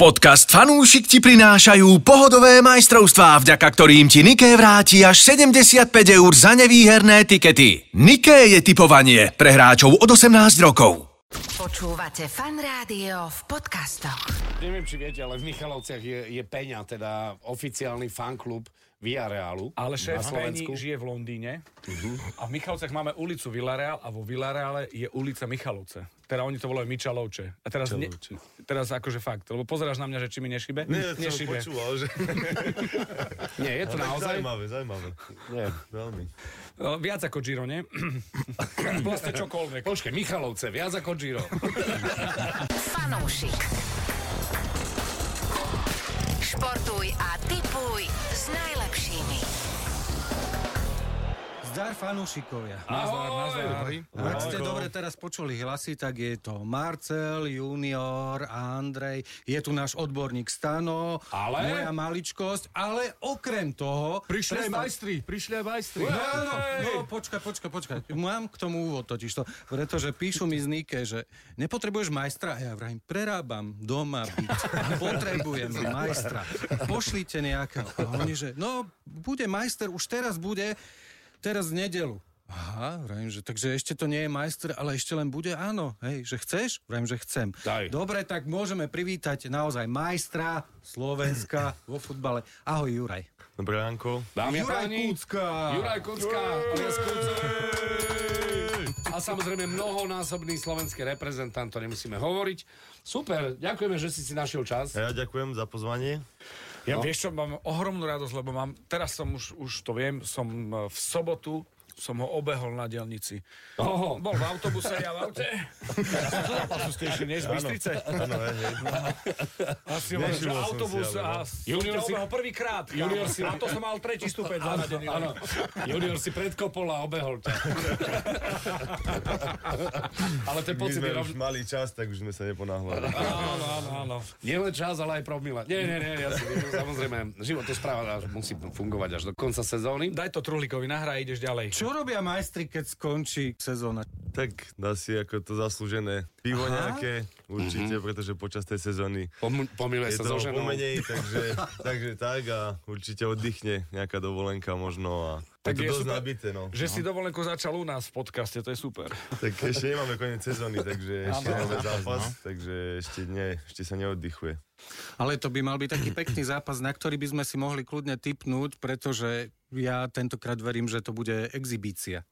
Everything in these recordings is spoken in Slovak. Podcast Fanúšik ti prinášajú pohodové majstrovstvá, vďaka ktorým ti Niké vráti až 75 eur za nevýherné tikety. Niké je typovanie pre hráčov od 18 rokov. Počúvate fan rádio v podcastoch. Neviem, či viete, ale v Michalovciach je, je Peňa, teda oficiálny fanklub Villarealu Ale šéf na Peni Slovensku. Mhm. žije v Londýne a v Michalovcech máme ulicu Villareal a vo Villareale je ulica Michalovce. Teda oni to volajú Michalovče. A teraz, ne, teraz akože fakt, lebo pozeráš na mňa, že či mi nešíbe? Nie, to som počúval, že... Nie, je to Tak naozaj? Zaujímavé, zaujímavé. Nie. Veľmi. No, Viac ako Giro, nie? vlastne čokoľvek. Počkej, Michalovce, viac ako Giro. Fanúšik. Športuj a tipuj s najlepšími. Zdar fanúšikovia. Nazdar, nazdar. Ak ste dobre teraz počuli hlasy, tak je to Marcel, Junior, Andrej, je tu náš odborník Stano, Ale? moja maličkosť, ale okrem toho... Predstav- prišli aj majstri. No, áno, no, počkaj, počkaj, počkaj. Mám k tomu úvod totiž to, pretože píšu mi z Nike, že nepotrebuješ majstra, a ja vrajím, prerábam doma byt. Potrebujem majstra. Pošlite nejakého. A oni, že no, bude majster, už teraz bude, teraz v nedelu. Aha, vrajím, že takže ešte to nie je majster, ale ešte len bude, áno, hej, že chceš? Vrajím, že chcem. Daj. Dobre, tak môžeme privítať naozaj majstra Slovenska vo futbale. Ahoj, Juraj. Dobré ránko. Dámy a Juraj páni, Kucka. Juraj Kucka, Elias Kuc- a samozrejme mnohonásobný slovenský reprezentant, to nemusíme hovoriť. Super, ďakujeme, že si si našiel čas. No. Ja ďakujem za pozvanie. Ja vieš čo, mám ohromnú radosť, lebo mám, teraz som už, už to viem, som eh, v sobotu som ho obehol na dielnici. Oho. Bol v autobuse, ja v aute. Ja som to napasustejší než v Bystrice. Áno, No, hej, hej. Asi hovorím, že Nešiel som si, autobus ale no. a Junior junior si- si... ho prvýkrát. Junior Junior si- si... Na to som mal tretí stupeň Áno, zaradený. no. áno. Junior si predkopol a obehol ťa. Ale ten My pocit sme je už rovn... mali čas, tak už sme sa neponáhľali. Áno, áno, áno. Nie len čas, ale aj promila. Nie, nie, nie, ja si samozrejme, životospráva musí fungovať až do konca sezóny. Daj to Trulíkovi, nahraj, ideš ďalej. Čo robia majstri, keď skončí sezóna? Tak dá si ako to zaslúžené pivo nejaké, určite, pretože počas tej sezóny Pom- pomiluje je sa so toho ženou. pomenej, takže, takže tak a určite oddychne nejaká dovolenka možno a Tak tak je je to dosť super, nabité, no. Že si dovolenku začal u nás v podcaste, to je super. Tak ešte nemáme koniec sezóny, takže ešte máme zápas, takže ešte nie, ešte sa neoddychuje. Ale to by mal byť taký pekný zápas, na ktorý by sme si mohli kľudne typnúť, pretože ja tentokrát verím, že to bude exibícia.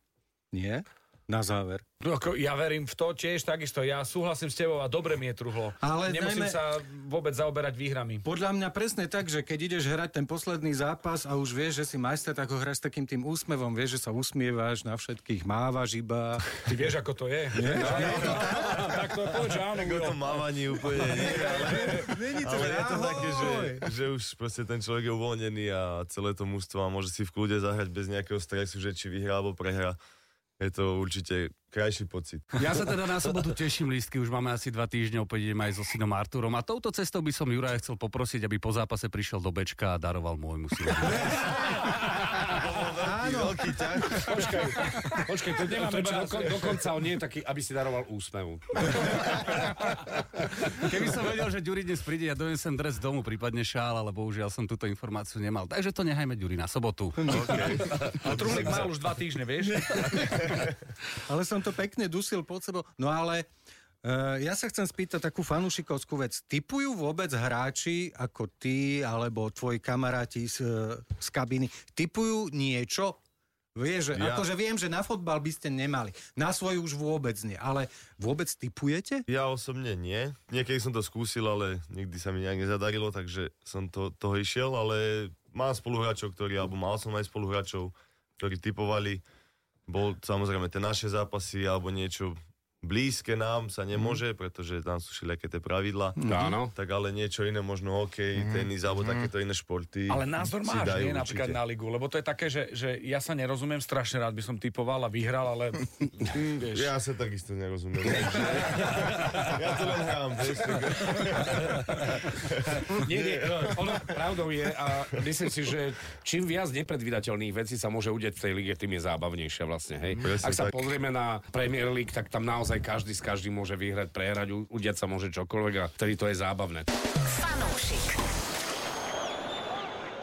Nie? Na záver. No, ako, ja verím v to tiež, takisto. Ja súhlasím s tebou a dobre mi je truhlo. Ale Nemusím najmä- sa vôbec zaoberať výhrami. Podľa mňa presne tak, že keď ideš hrať ten posledný zápas a už vieš, že si majster, tak ho hráš s takým tým úsmevom, vieš, že sa usmievaš na všetkých, mávaš iba. Ty vieš, ako to je? Nie? Tak to je, povedz, že áno. Tak o Juro. tom mávaní úplne nie, ale, ale je to také, že, že už proste ten človek je uvoľnený a celé to mužstvo a môže si v kľude zahrať bez nejakého stresu, že či vyhrá alebo prehrá. Je to určite krajší pocit. Ja sa teda na sobotu teším, lístky už máme asi dva týždne, opäť idem aj so synom Arturom a touto cestou by som Juraja chcel poprosiť, aby po zápase prišiel do Bečka a daroval môjmu synovi. Áno, Počkaj, počkaj, to nemáme treba do, kon- do konca, on nie je taký, aby si daroval úsmevu. Keby som vedel, že Ďuri dnes príde, ja donesem dres domu, prípadne šál, ale bohužiaľ som túto informáciu nemal. Takže to nehajme Ďuri na sobotu. A Trulík mal už dva týždne, vieš? Ale som to pekne dusil pod sebou. No ale e, ja sa chcem spýtať takú fanúšikovskú vec. Typujú vôbec hráči ako ty alebo tvoji kamaráti z, e, z kabiny, typujú niečo? Vieš, že, Ja- akože viem, že na fotbal by ste nemali. Na svoju už vôbec nie. Ale vôbec typujete? Ja osobne nie. Niekedy som to skúsil, ale nikdy sa mi nejak nezadarilo, takže som to, toho išiel, ale mám spoluhráčov, ktorí, alebo mal som aj spoluhráčov, ktorí typovali. Bol samozrejme tie naše zápasy, alebo niečo blízke nám sa Mhm. nemôže, pretože tam sú všelijaké tie pravidla. Áno. Tak ale niečo iné, možno hokej, tenis, alebo takéto iné športy. Mhm. Ale názor si máš, nie dajú napríklad určite. na ligu, lebo to je také, že, že ja sa nerozumiem, strašne rád by som typoval a vyhral, ale Ja sa takisto nerozumiem. takže- ja to len hrám, vieš, tak- Nie, nie, ono pravdou je a myslím si, že čím viac nepredvídateľných vecí sa môže udeť v tej lige, tým je zábavnejšia vlastne, hej. Presne Ak sa tak. pozrieme na Premier League, tak tam naozaj každý s každým môže vyhrať, prehrať, u- udiať sa môže čokoľvek a vtedy to je zábavné. Fanúšik. košík.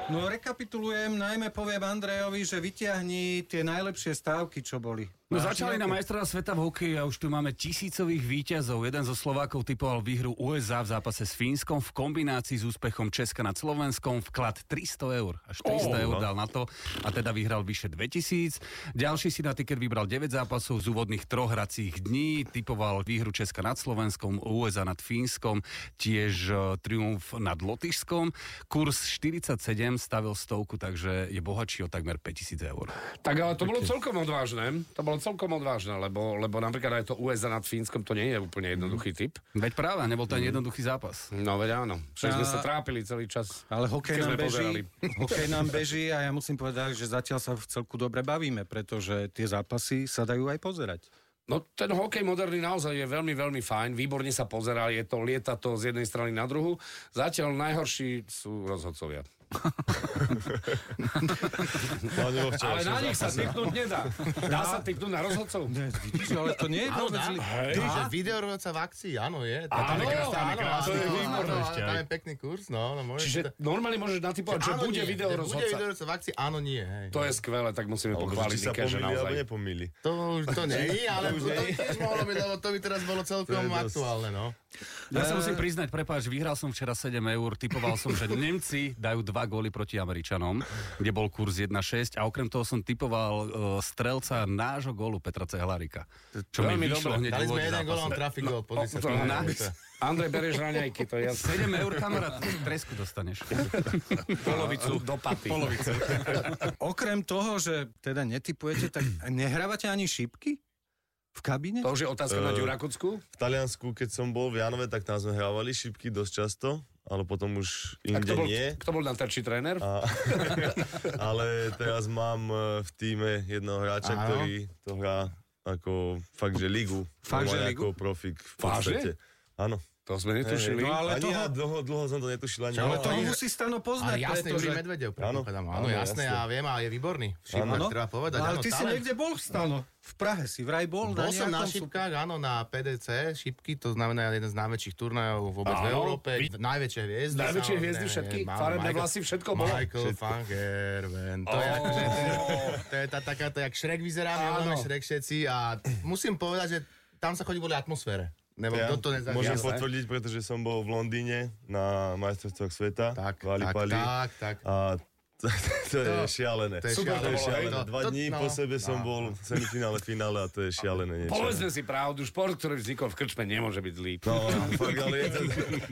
No rekapitulujem, najmä poviem Andrejovi, že vyťahni tie najlepšie stávky, čo boli. No Máš začali na nejaké? majstra sveta v hokeji a už tu máme tisícových výťazov. Jeden zo Slovákov typoval výhru USA v zápase s Fínskom v kombinácii s úspechom Česka nad Slovenskom vklad 300 eur. Až 300 oh, eur dal na to a teda vyhral vyše 2000. Ďalší si na tiket vybral 9 zápasov z úvodných troch hracích dní. Typoval výhru Česka nad Slovenskom, USA nad Fínskom, tiež e, triumf nad Lotyšskom. Kurs 47 stavil stovku, takže je bohatší o takmer 5000 eur. Tak ale to bolo celkom odvážne. To bolo celkom odvážne, lebo, lebo napríklad aj to USA nad Fínskom, to nie je úplne jednoduchý Mhm. typ. Veď práve, nebol to ani jednoduchý zápas. No veď áno. Všetci sme A- sa trápili celý čas. Ale hokej keď nám, sme pozerali. beží, hokej nám beží a ja musím povedať, že zatiaľ sa v celku dobre bavíme, pretože tie zápasy sa dajú aj pozerať. No ten hokej moderný naozaj je veľmi, veľmi fajn, výborne sa pozerá, je to, lieta to z jednej strany na druhu. Zatiaľ najhorší sú rozhodcovia. Hlavne vo Ale včerajšom na nich sa zápase. typnúť nedá. Dá sa typnúť na rozhodcov. Vidíš, ale to nie je Áno, vôbec dá. zlý. Ty, že videorodca v akcii, áno, je. Tá- Tam je Áno, krásny, tam je áno, krásny to je kurz, výborné áno, ešte Tam aj. je pekný kurz, no. no môžeš to- Čiže normálne môžeš natypovať, že Áno, bude nie, video že Bude rozhodca. videorodca v akcii, áno, nie, hej. To je skvelé, tak musíme Alebo že pochváliť či sa Nike, že pomýli, alebo naozaj. nepomýli. To už to nie je, ale to by tiež mohlo byť, lebo to by teraz bolo celkom To je dosť. aktuálne, no. Ja sa musím priznať, prepáč, vyhral som včera 7 eur, typoval som, že Nemci dajú dva góly proti Američanom, kde bol kurz 1-6 a okrem toho som typoval uh, strelca nášho gólu Petra Cehlarika, čo mi Veľmi vyšlo dobre. hneď v Dali sme úvode jeden gol, on zápasu. trafí No, gol, pozri sa. to to je- na- to je- Andrej, bereš raňajky, to je jasné. 7 eur, kamarát, tresku dostaneš. Polovicu do paty. Polovicu. Okrem toho, že teda netypujete, tak nehrávate ani šípky? V kabíne? To už je otázka Eh, na Ďura Kucku. V Taliansku, keď som bol v Janove, tak tam sme hrávali šipky dosť často, ale potom už A kto inde bol, nie. kto bol na terči tréner? Eh, A, ale teraz mám e, v týme jedného hráča, Áno. ktorý to hrá ako fakt, že ligu. Fakt, že Normálne ligu? Ako profik v Vážne? podstate. Áno. To sme netušili. Hej, hej. eh, no, No, ale ani toho- ja dlho, dlho som to netušil ani. Ale ja. toho musí Stano poznať, Ale jasné, Juri pretože... Medvedev, Áno, predpokladám. áno, Áno, jasné. jasné, ja viem, ale je výborný. Šipkách, Áno. treba povedať. No, No, ale áno, ty si talent. niekde bol, Stano. V Prahe si vraj bol. Bol na som na nejakom šipkách, áno, na PDC, šipky, to znamená jeden z najväčších turnajov vôbec Áno, v Európe. vy- Najväčšie hviezdy. Najväčšie samozrejme, hviezdy všetky? áno, Farebné Michael- vlasy, všetko bolo? Michael Fangerven. To je akože, to je- to je tá taká, to jak Shrek vyzerá, my Áno. máme Shrek všetci a musím povedať, že tam sa chodí kvôli atmosfére. Nebo Ja kto to nezažil. môžem Jasné. potvrdiť, pretože som bol v Londýne na majstrovstvách sveta. Tak, v Alipali, tak, tak, tak. A to, to, je šialené. to je Super to to je bolo, šialené. hej, to- Dva to- dní no. po sebe som bol v semifinále, finále a to je šialené niečo. Povedzme si pravdu, šport, ktorý vznikol v krčme, nemôže byť zlý. No, fakt, ale je to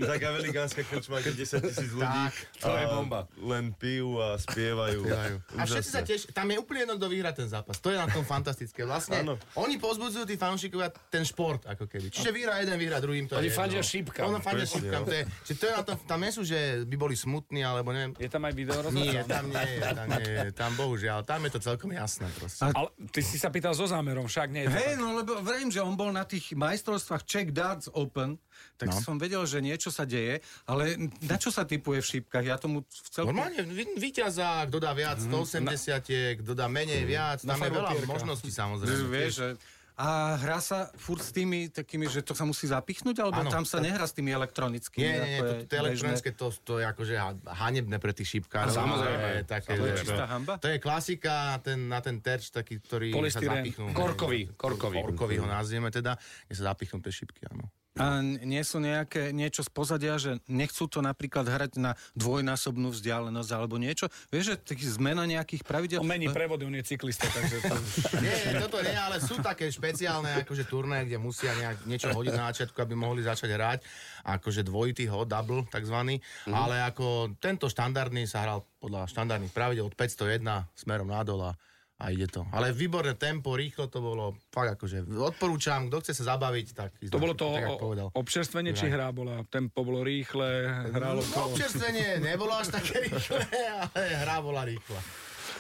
taká velikánska krčma, kde 10 tisíc ľudí. to je a bomba. Len pijú a spievajú. Dajú. A Úžasné. všetci sa tiež, tam je úplne jedno, kto vyhrá ten zápas. To je na tom fantastické. Vlastne Áno. oni pozbudzujú tí fanúšikovia ten šport ako keby. Čiže vyhrá jeden, vyhrá druhým. To Oni je jedno. fandia šípkam. Ono fandia Presne, šípkam. no. To je, čiže to je na tom, tam nie sú, že by boli smutní, alebo neviem. Je tam aj video Nie, rozhodca? tam nie je, tam nie je, tam bohužiaľ, tam je to celkom jasné proste. Ale ty si sa pýtal so zámerom, však nie je to Hej, no lebo vrajím, že on bol na tých majstrovstvách Czech Darts Open, tak no. som vedel, že niečo sa deje, ale na čo sa typuje v šípkach? Ja tomu v celku... Normálne, vy- víťazák, kto dá viac, Mm, 180, kto dá menej, viac, tam je veľa možností Že samozrejme. Vieš, že... A hrá sa furt s tými takými, že to sa musí zapichnúť, alebo Áno. tam sa nehrá s tými elektronickými? Nie, nie, nie, ako je to, to, to bežné? elektronické, to, to je akože ha- hanebné pre tých šípkárov. Samozrejme. To je také, To je že- čistá hamba. To je klasika na ten, na ten terč, taký, ktorý sa Polystyrén. zapichnú. Korkový, korkový. Korkový ho nazvieme teda, kde sa zapichnú tie šípky, áno. A n- nie sú nejaké niečo z pozadia, že nechcú to napríklad hrať na dvojnásobnú vzdialenosť alebo niečo? Vieš, že tých zmena nejakých pravidel... On mení prevody, on je cyklista, takže to... Nie, nie, toto nie, ale sú také špeciálne akože turné, kde musia nejak, niečo hodiť na začiatku, aby mohli začať hrať. Akože dvojitý ho, double takzvaný. Ale ako tento štandardný sa hral podľa štandardných pravidel od 501 smerom nadol a, a ide to. Ale výborné tempo, rýchlo to bolo. Fakt akože odporúčam, kto chce sa zabaviť, tak ísť To na- bolo to tak, o, jak povedal. občerstvenie, či hra bola, tempo bolo rýchle, hralo to... No, Občerstvenie nebolo až také rýchle, ale hra bola rýchla.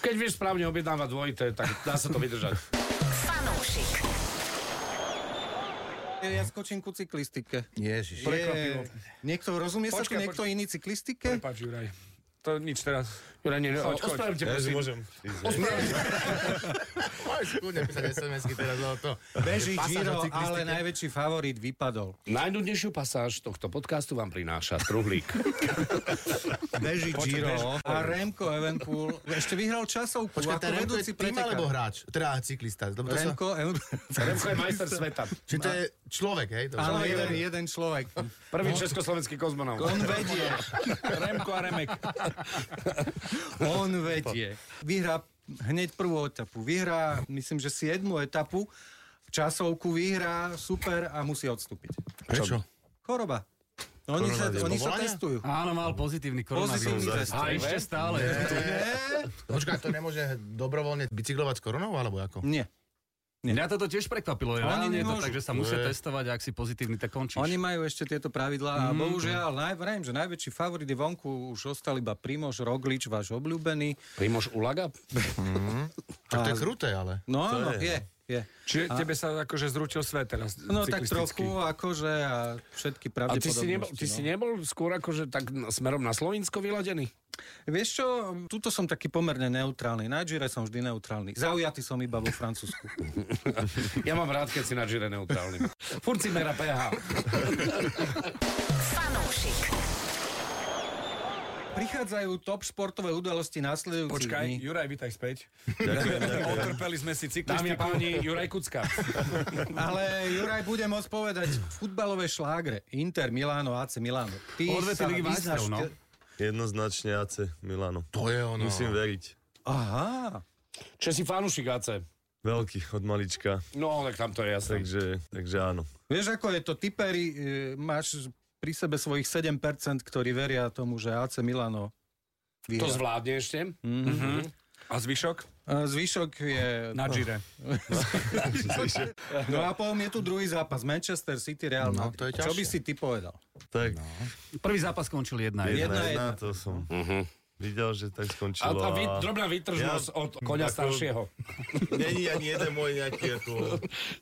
Keď vieš správne objednávať dvojité, tak dá sa to vydržať. Fanúšik. Ja skočím ku cyklistike. Ježiš. Niekto rozumie sa tu Počkaj, niekto iný cyklistike? Prepač, Juraj. To nič teraz. Jura, nie, no, ospravedlňte, Ja prosím. si môžem ísť, hej? Môžeš kľudne písať SMS-ky teraz o to. Beží Pasáž o Giro, cyklistike. ale najväčší favorit vypadol. Najnudnejšiu pasáž tohto podcastu vám prináša Truhlík. Beží Giro a Remko Evenpool ešte vyhral časovku Počkaj, ako ten Remko je vedúci tým alebo pretekár. hráč? Teda cyklista. Lebo to sa... Remko Evenpool. Remko je majster sveta. Čiže to je človek, hej? Dobre. Áno, jeden, jeden človek. Prvý československý kozmonaut. On vedie. Remko a Remek. On vedie. Vyhrá hneď prvú etapu. Vyhrá, myslím, že 7. etapu. Časovku vyhrá, super a musí odstúpiť. Prečo? Choroba. Oni sa, Koronavírus. oni sa Povolanie? testujú. Áno, mal pozitívny Pozitívny koronavírus. test. A ešte stále. E? Počkaj, to nemôže dobrovoľne bicyklovať s koronou, alebo ako? Nie. Mňa toto tiež prekvapilo. Oni Reálne je to nemôžu. tak, že sa musia testovať a ak si pozitívny, tak končíš. Oni majú ešte tieto pravidlá a Mhm. bohužiaľ, naj, vrajím, že najväčší favorit je vonku, už ostal iba Primož Roglič, váš obľúbený. Primož Ulaga? Čo to je kruté, ale. No áno, je, je. Čiže tebe sa akože zrútil svet teraz No tak cyklistický. trochu, akože a A ty si, všetky nebol, pravdepodobnosti. ty si no. nebol skôr akože tak n- smerom na Slovinsko vyladený? Vieš čo, tuto som taký pomerne neutrálny. Na Gire som vždy neutrálny. Zaujatý som iba vo Francúzsku. Ja mám rád, keď si na žire neutrálny. Furt si mera PH. Fanúšik. Prichádzajú top športové udalosti následujúcich Počkaj, dní. Juraj, vítaj späť. Otrpeli sme si Dámy a cyklistiku. páni, Juraj Kucka. Ale Juraj bude môcť povedať futbalové šlágre. Inter, Milano, AC Milano. Ty O dve sa ligy vyznáš majstrov, no. v te- Jednoznačne AC Milano. To je ono. Musím veriť. Aha. Čo si fanúšik AC? Veľký od malička, No, tak tam to je jasné. takže, takže áno. Vieš, ako je to? Typeri, e, máš pri sebe svojich 7%, ktorí veria tomu, že AC Milano To vyhrá. zvládne ešte. A zvyšok? A E, Zvyšok je... Na Gire. No a potom je tu druhý zápas. Manchester City, Real No, Madrid. to je Čo ťažšie. by si ty povedal? Tak, Prvý zápas skončil 1 jedna, Jedna, jedna, jedna. to som videl, že tak A, skončilo. a vy, drobná vytržnosť Ja- od konia Ako- staršieho. Není ani jeden môj nejaký ako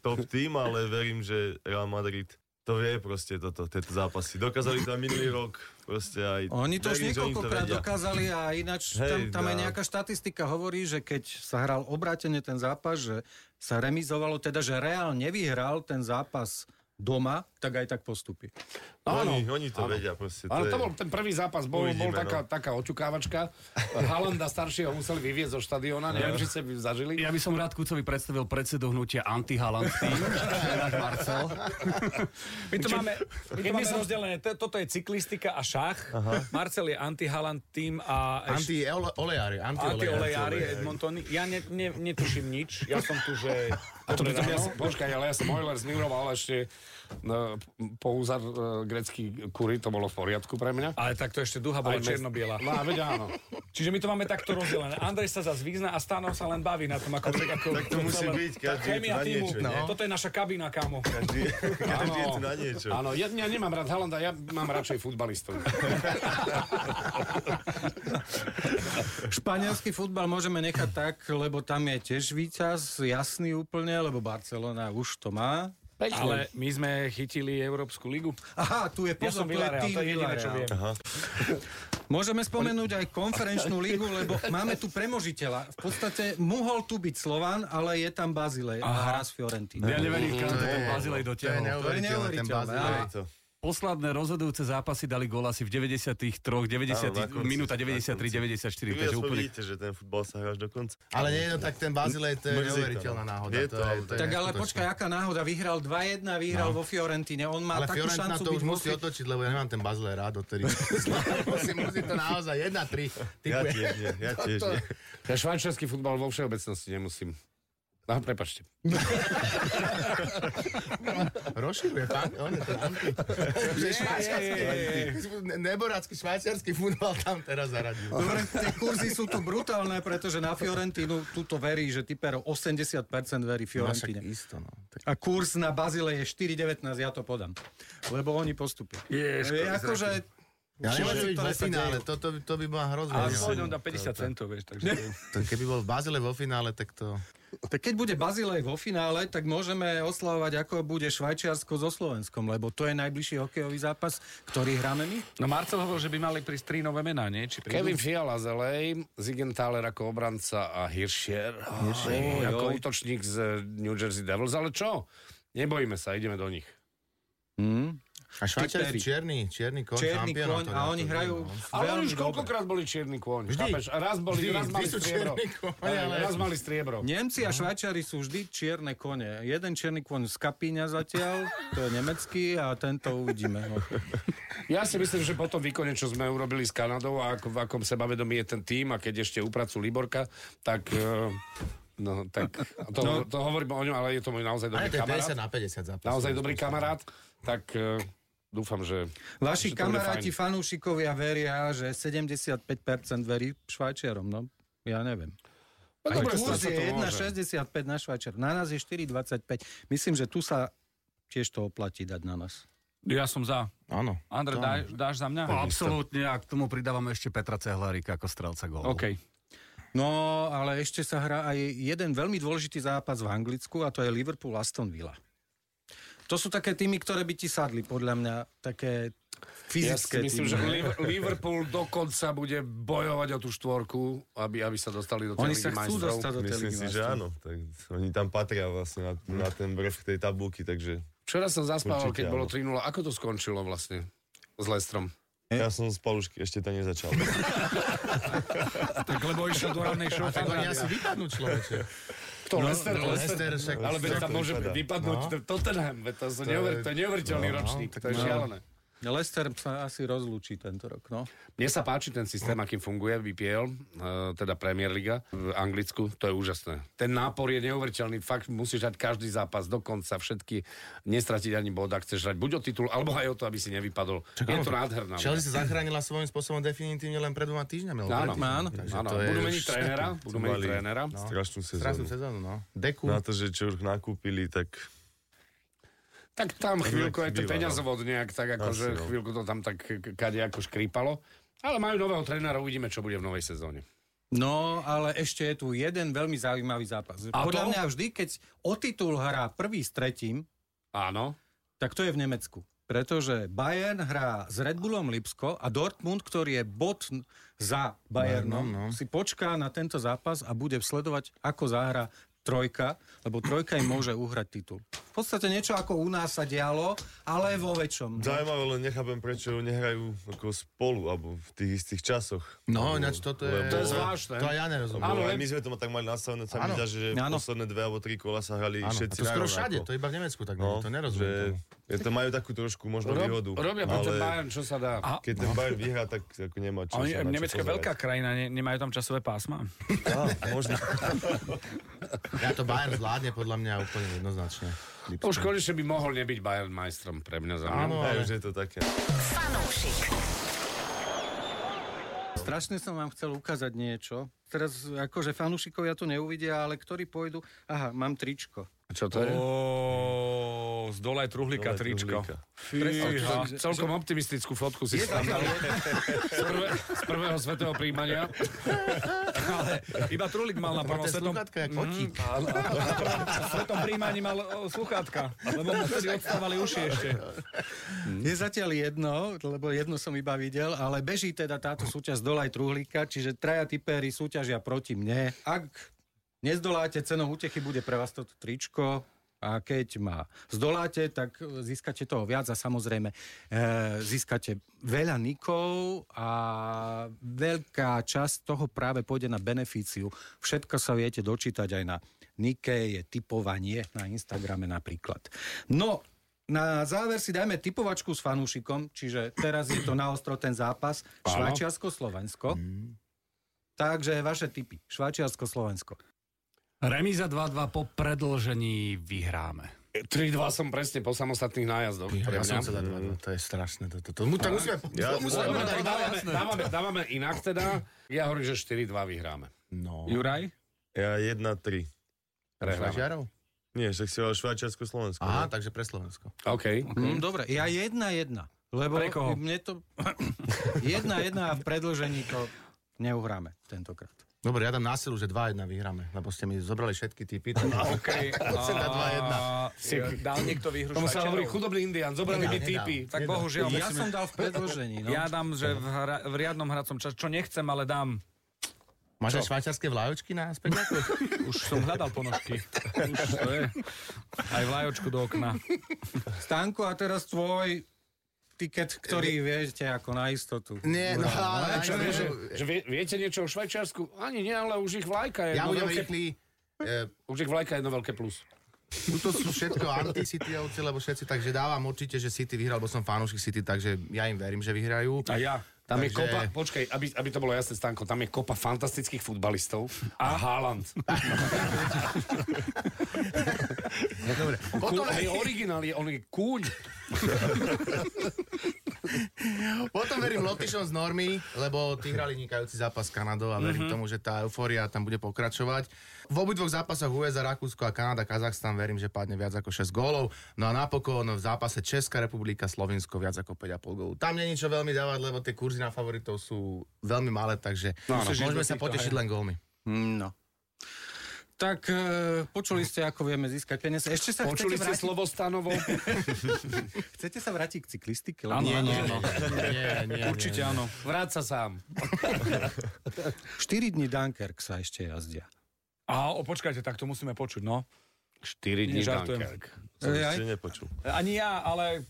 top tým, ale verím, že Real Madrid to vie proste toto, tieto zápasy. Dokázali to aj minulý rok, proste aj... Oni to už verím, že oni to niekoľkokrát vedia. dokázali a ináč tam, Hej, tam aj dá. nejaká štatistika hovorí, že keď sa hral obratene ten zápas, že sa remizovalo, teda že Real nevyhral ten zápas doma, tak aj tak postupí. Oni, Áno. oni to vedia proste. Ale je- to bol ten prvý zápas, bol, bol Uvidíme, taká, no. taká oťukávačka. Halanda staršieho museli vyviezť zo štadiona, neviem, či ste by zažili. Ja by som rád Kucovi predstavil predsedu hnutia Anti-Haaland tým, Gerard Marcel. My to máme, my to máme rozdelené. T- Toto je cyklistika a šach. Marcel je anti-Haland tým a ešte Anti-olejári. anti-olejári Edmontony. Ja ne, ne, netuším nič. Ja som tu, že... A to ja som, počkaj, ale ja som Euler zmiroval ešte no, poúzar e, grecký kury, to bolo v poriadku pre mňa. Ale tak to ešte duha bola Aj mes- čiernobiela. No a veď áno. Čiže my to máme takto rozdelené. Andrej sa zase vyzná a Stano sa len baví na tom, ako... ako tak to musí celé- byť, každý tá chémia na týmu. No. niečo, nie? Toto je naša kabína, kámo. Každý je tu na niečo. Áno, ja, ja nemám rád Halanda, ja mám radšej futbalistov. Španielský futbal môžeme nechať tak, lebo tam je tiež víťaz, jasný úplne, lebo Barcelona už to má. Ale my sme chytili Európsku ligu. Aha, tu je Ja som pozor, tu je Villarreal, tým to je jediné, čo Villarreal. viem. Môžeme spomenúť aj konferenčnú ligu, lebo máme tu premožiteľa. V podstate mohol tu byť Slovan, ale je tam Bazilej a hra s Fiorentínou. Ja neverím, kam to ten Bazilej To je dotiahol. neuveriteľné, ten neuveriteľné, bazén. áno. Je to. Posledné rozhodujúce zápasy dali gól asi v 93, 90, Áno, na konci, minúta na konci. 93, 94, Vy takže aspoň úplne... vidíte, že ten futbal sa hráš do konca. Ale nie, no tak ten Bazilej, to Mrzí to, je no. neuveriteľná náhoda. Je to, to, je, ale- to je Tak ale neskutočné. počkaj, aká náhoda. Vyhral 2-1, vyhral vo Fiorentine. On má Ale takú Fiorentina šancu to už byť vo musí otočiť, lebo ja nemám ten Bazilej rád odtedy. musí, musí to naozaj 1-3. Ja typujem. tiež nie, ja tiež nie. Ja švajčiarsky futbal vo všeobecnosti nemusím. No, prepačte. Rozširuje pán, on je to anti. Že švajčiarsky, ne- neborácky švajčiarsky futbal tam teraz zaradil. Dobre, tie kurzy sú tu brutálne, pretože na Fiorentínu tuto verí, že typerov 80% verí Fiorentine. isto, no. Tak A kurz na Bazile je 4,19, ja to podám. Lebo oni postupia. Je, E, akože Ja nemôžem byť ktoré vo sa finále, dejú. to, to, by- to by ma hrozne. Ale mrzelo. aspoň on dá 50 centov, vieš, takže... To, keby bol v Bazile vo finále, tak to... Tak keď bude Bazilej vo finále, tak môžeme oslavovať, ako bude Švajčiarsko so Slovenskom, lebo to je najbližší hokejový zápas, ktorý hráme my. No Marcel hovoril, že by mali prísť tri nové mená, nie? Či prídu? Kevin Fiala z LA, Zigenthaler ako obranca a Hirscher Aj, ako útočník z New Jersey Devils. Ale čo? Nebojíme sa, ideme do nich. A Švajčiari sú Typeri. čierny, čierny koň, Černý šampiónov koň no to a dá, oni to hrajú dá, no. Ale veľmi oni už dobre. koľkokrát boli čierny kôň. Chápeš? A Raz boli, Vždy, raz vždy mali sú striebro. čierni kôň, Aj, ale- Raz mali striebro. Nemci No. a Švajčiari sú vždy čierne kone. Jeden čierny kon z Kapíňa zatiaľ, to je nemecký a tento uvidíme. No. Ja si myslím, že po tom výkone, čo sme urobili s Kanadou a ako, v akom sebavedomí je ten tým a keď ešte upracu Liborka, tak... e, No, tak to, no, to hovorím o ňom, ale je to môj naozaj Ale dobrý to je 50 kamarát. na 50 zápasov. Naozaj dobrý kamarát. Tak e, dúfam, že... Vaši že to bude kamaráti, fajn. fanúšikovia veria, že 75% verí Švajčiarom, no. Ja neviem. No, Aj dobre, kurz stať sa je to môže. 1,65 na Švajčiar. Na nás je 4,25. Myslím, že tu sa tiež to oplatí dať na nás. Ja som za. Áno. Andrej, dá, dáš za mňa? Absolútne, a k tomu pridávame ešte Petra Cehlárika ako strelca gólov. OK. No, ale ešte sa hrá aj jeden veľmi dôležitý zápas v Anglicku a to je Liverpool Aston Villa. To sú také týmy, ktoré by ti sadli, podľa mňa, Ja také si fyzické myslím, že týmy. Liv- Liverpool dokonca bude bojovať o tú štvorku, aby, aby sa dostali do tej Oni ligy sa chcú majstrov. dostať do tej Myslím ligy si, že vlastne. majstrov. áno. Tak, oni tam patria vlastne na, na ten vrch tej tabulky, takže Včera som zaspával, Určite keď bolo áno. 3-0. Ako to skončilo vlastne s Lestrom? ja som z palušky ešte to nezačal. Tak lebo išiel do rannej show. Tak oni asi vypadnú človeče. Kto? No, Lester? no, Leicester však- ale veď tam to môže vypadá. vypadnúť no. Tottenham. Veď to, to, neuver, to je neuveriteľný no, ročník. to je šialené. Lester sa asi rozlúči tento rok, no. Mne sa páči ten systém, akým funguje BPL, e, teda Premier Liga v Anglicku, to je úžasné. Ten nápor je neuveriteľný, fakt musíš dať každý zápas dokonca, všetky, nestratiť ani bod, ak chceš hrať buď o titul, alebo aj o to, aby si nevypadol. je to nádherná. Chelsea sa zachránila svojím spôsobom definitívne len pred dvoma týždňami. alebo Áno, predtým. áno, Takže áno. to je budú už meniť trénera, budú meniť Mali trénera. Strašnú Strašnú sezónu. sezónu, no. Deku. Na to, že čo nakúpili, tak Tak tam chvíľku aj ten býva, no. peňazovod nejak tak akože Asi, no. chvíľku to tam tak k- kade ako škrípalo. Ale majú nového trénera, uvidíme, čo bude v novej sezóne. No, ale ešte je tu jeden veľmi zaujímavý zápas. A Podľa to? mňa vždy, keď o titul hrá prvý s tretím, Áno. tak to je v Nemecku. Pretože Bayern hrá s Red Bullom Lipsko a Dortmund, ktorý je bod n- za Bayernom, no, no, no. si počká na tento zápas a bude sledovať, ako zahra trojka, lebo trojka im môže uhrať titul. V podstate niečo ako u nás sa dialo, ale vo väčšom. zaujímavé, len nechápem, prečo nehrajú ako spolu, alebo v tých istých časoch. No, ináč toto je... lebo- To je zvláštne. To aj ja nerozumiem. Áno, Áno, aj len- my sme to ma tak mali nastavené, sa mi Áno. zdá, že Áno. posledné dve alebo tri kola sa hrali Áno, a všetci to skoro narovnako. všade, to iba v Nemecku tak no, to nerozumiem. tomu. že, je to majú takú trošku možno výhodu. Rob, robia ale... ten ale Bayern, čo sa dá. A... keď ten No. Bayern vyhrá, tak ako nemá čo A oni, sa na čo Nemecko je pozerať. veľká krajina, ne, nemajú tam časové pásma? Á, možno. Ja to Bayern zvládne podľa mňa úplne jednoznačne. Už konečne by mohol nebyť Bayern majstrom pre mňa za mňa. Áno, Aj, No, ale... už je to také. Fanúšik. Strašne som vám chcel ukázať niečo. Teraz akože fanúšikovia to neuvidia, ale ktorí pôjdu... Aha, mám tričko. Čo to je? Ó, z dole truhlíka Dole tričko. truhlíka. Fíha, Takže- celkom optimistickú fotku si tam dal. Z, prvé, z prvého svetého príjmania. Ale iba truhlík mal na prvom Máte svetom, Mhm. sluchátka jak kotík. svetom príjmaní mal o, sluchátka, lebo mu vtedy odstávali uši ešte. Je zatiaľ jedno, lebo jedno som iba videl, ale beží teda táto súťaž Dolaj Truhlíka, čiže traja tipéry súťažia proti mne. Ak nezdoláte cenou útechy, bude pre vás toto tričko a keď ma zdoláte, tak získate toho viac a samozrejme e, získate veľa nikov a veľká časť toho práve pôjde na beneficiu. Všetko sa viete dočítať aj na Nike, je typovanie na Instagrame napríklad. No, na záver si dajme typovačku s fanúšikom, čiže teraz je to naostro ten zápas Švajčiarsko-Slovensko. Takže vaše typy. Švajčiarsko-Slovensko. Remiza 2-2 po predlžení vyhráme. 3-2 som presne po samostatných nájazdoch. Pre Ja mňa. som sa dať, no, to je strašné. To, to, to, mu- to musíme... Ja, Dobre, tak dávame, dávame, dávame inak teda. Ja hovorím, že 4-2 vyhráme. No. Juraj? ja 1-3. Prehráme. Švajčiarov? Nie, však si hovoril Švajčiarsko-Slovensko. Aha, ne? takže pre Slovensko. OK. Mm, dobre, ja Mm, jedna jedna. Lebo Pre koho? mne to... jedna, jedna a v predlžení to neuhráme tentokrát. Dobre, ja dám na silu, že 2-1 vyhráme, lebo ste mi zobrali všetky typy. Tak... OK. Musím dať 2-1. Ja, dal niekto výhru Tomu sa Švajčiarov? hovorí chudobný indián, zobrali Nedá, mi nedá. typy. Tak bohužiaľ, Ja musíme- som dal v predlžení, no. ja dám, že v, hra, v riadnom hracom čase, čo nechcem, ale dám. Máš aj švajčiarske vlajočky na späťaku? Už som hľadal ponožky. Už to je. Aj vlajočku do okna. Stanko, a teraz tvoj tiket, ktorý viete ako na istotu. Nie, no, A ale čo, vieš, že, že vie, viete niečo o Švajčiarsku? Ani nie, ale už ich vlajka je ja jedno budem veľké, rýchly. E, už ich vlajka je jedno veľké plus. tuto sú všetko anti-City lebo všetci, takže dávam určite, že City vyhral, lebo som fanúšik City, takže ja im verím, že vyhrajú. A ja. Tam je Takže- kopa, počkaj, aby, aby to bolo jasné, Stanko, tam je kopa fantastických futbalistov a Haaland. Dobre. Kú, Potom, on je originál, je, on je kúň. potom verím Lotyšom z Normy, lebo tí hrali nikajúci zápas s Kanadou a verím tomu, že tá eufória tam bude pokračovať. V obidvoch zápasoch USA, Rakúsko a Kanada, Kazachstan verím, že padne viac ako 6 gólov. No a napokon v zápase Česká republika, Slovinsko viac ako 5,5 gólov. Tam nie je ničo veľmi dávať, lebo tie kurzy na favoritov sú veľmi malé, takže no, áno. môžeme sa potešiť len gólmi. No. Tak e, počuli ste, ako vieme získať peniaze. Ešte sa Počuli chcete ste vrátiť, slovo stanovo? chcete sa vrátiť k cyklistike? Áno, Lebo áno, áno. Nie, nie, Určite áno. Vráť sa sám. 4 dní Dunkerk sa ešte jazdia. A o, počkajte, tak to musíme počuť, no. 4 dní Som Ej, aj. ešte nepočul. Ani ja, ale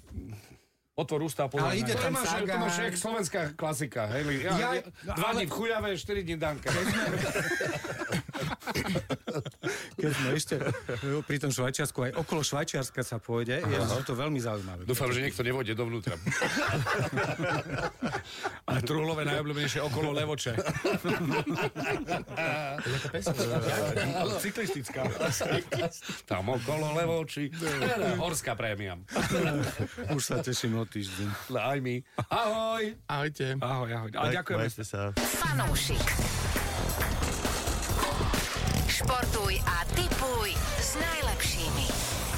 otvor ústa a pozor. Ale ide na- To tam máš, to máš Sagan. jak slovenská klasika. Hej, Li? ja, ja, Ja- dva dní ale- v chujavé, 4 dní danka. Keď sme No, ešte e, pri tom Švajčiarsku, aj okolo Švajčiarska sa pôjde. Je to veľmi zaujímavé. Dúfam, že niekto nevojde dovnútra. Ale Truhlové najobľúbenejšie okolo Levoče. Cyklistická. Tam okolo levoči. Horská prémia. Už sa teším o týždeň. Aj my. Ahoj. Ahojte. Ahoj, ahoj. A Tak, ďakujeme Majte sa. Fanúšik. Športuj a tipuj s najlepšími.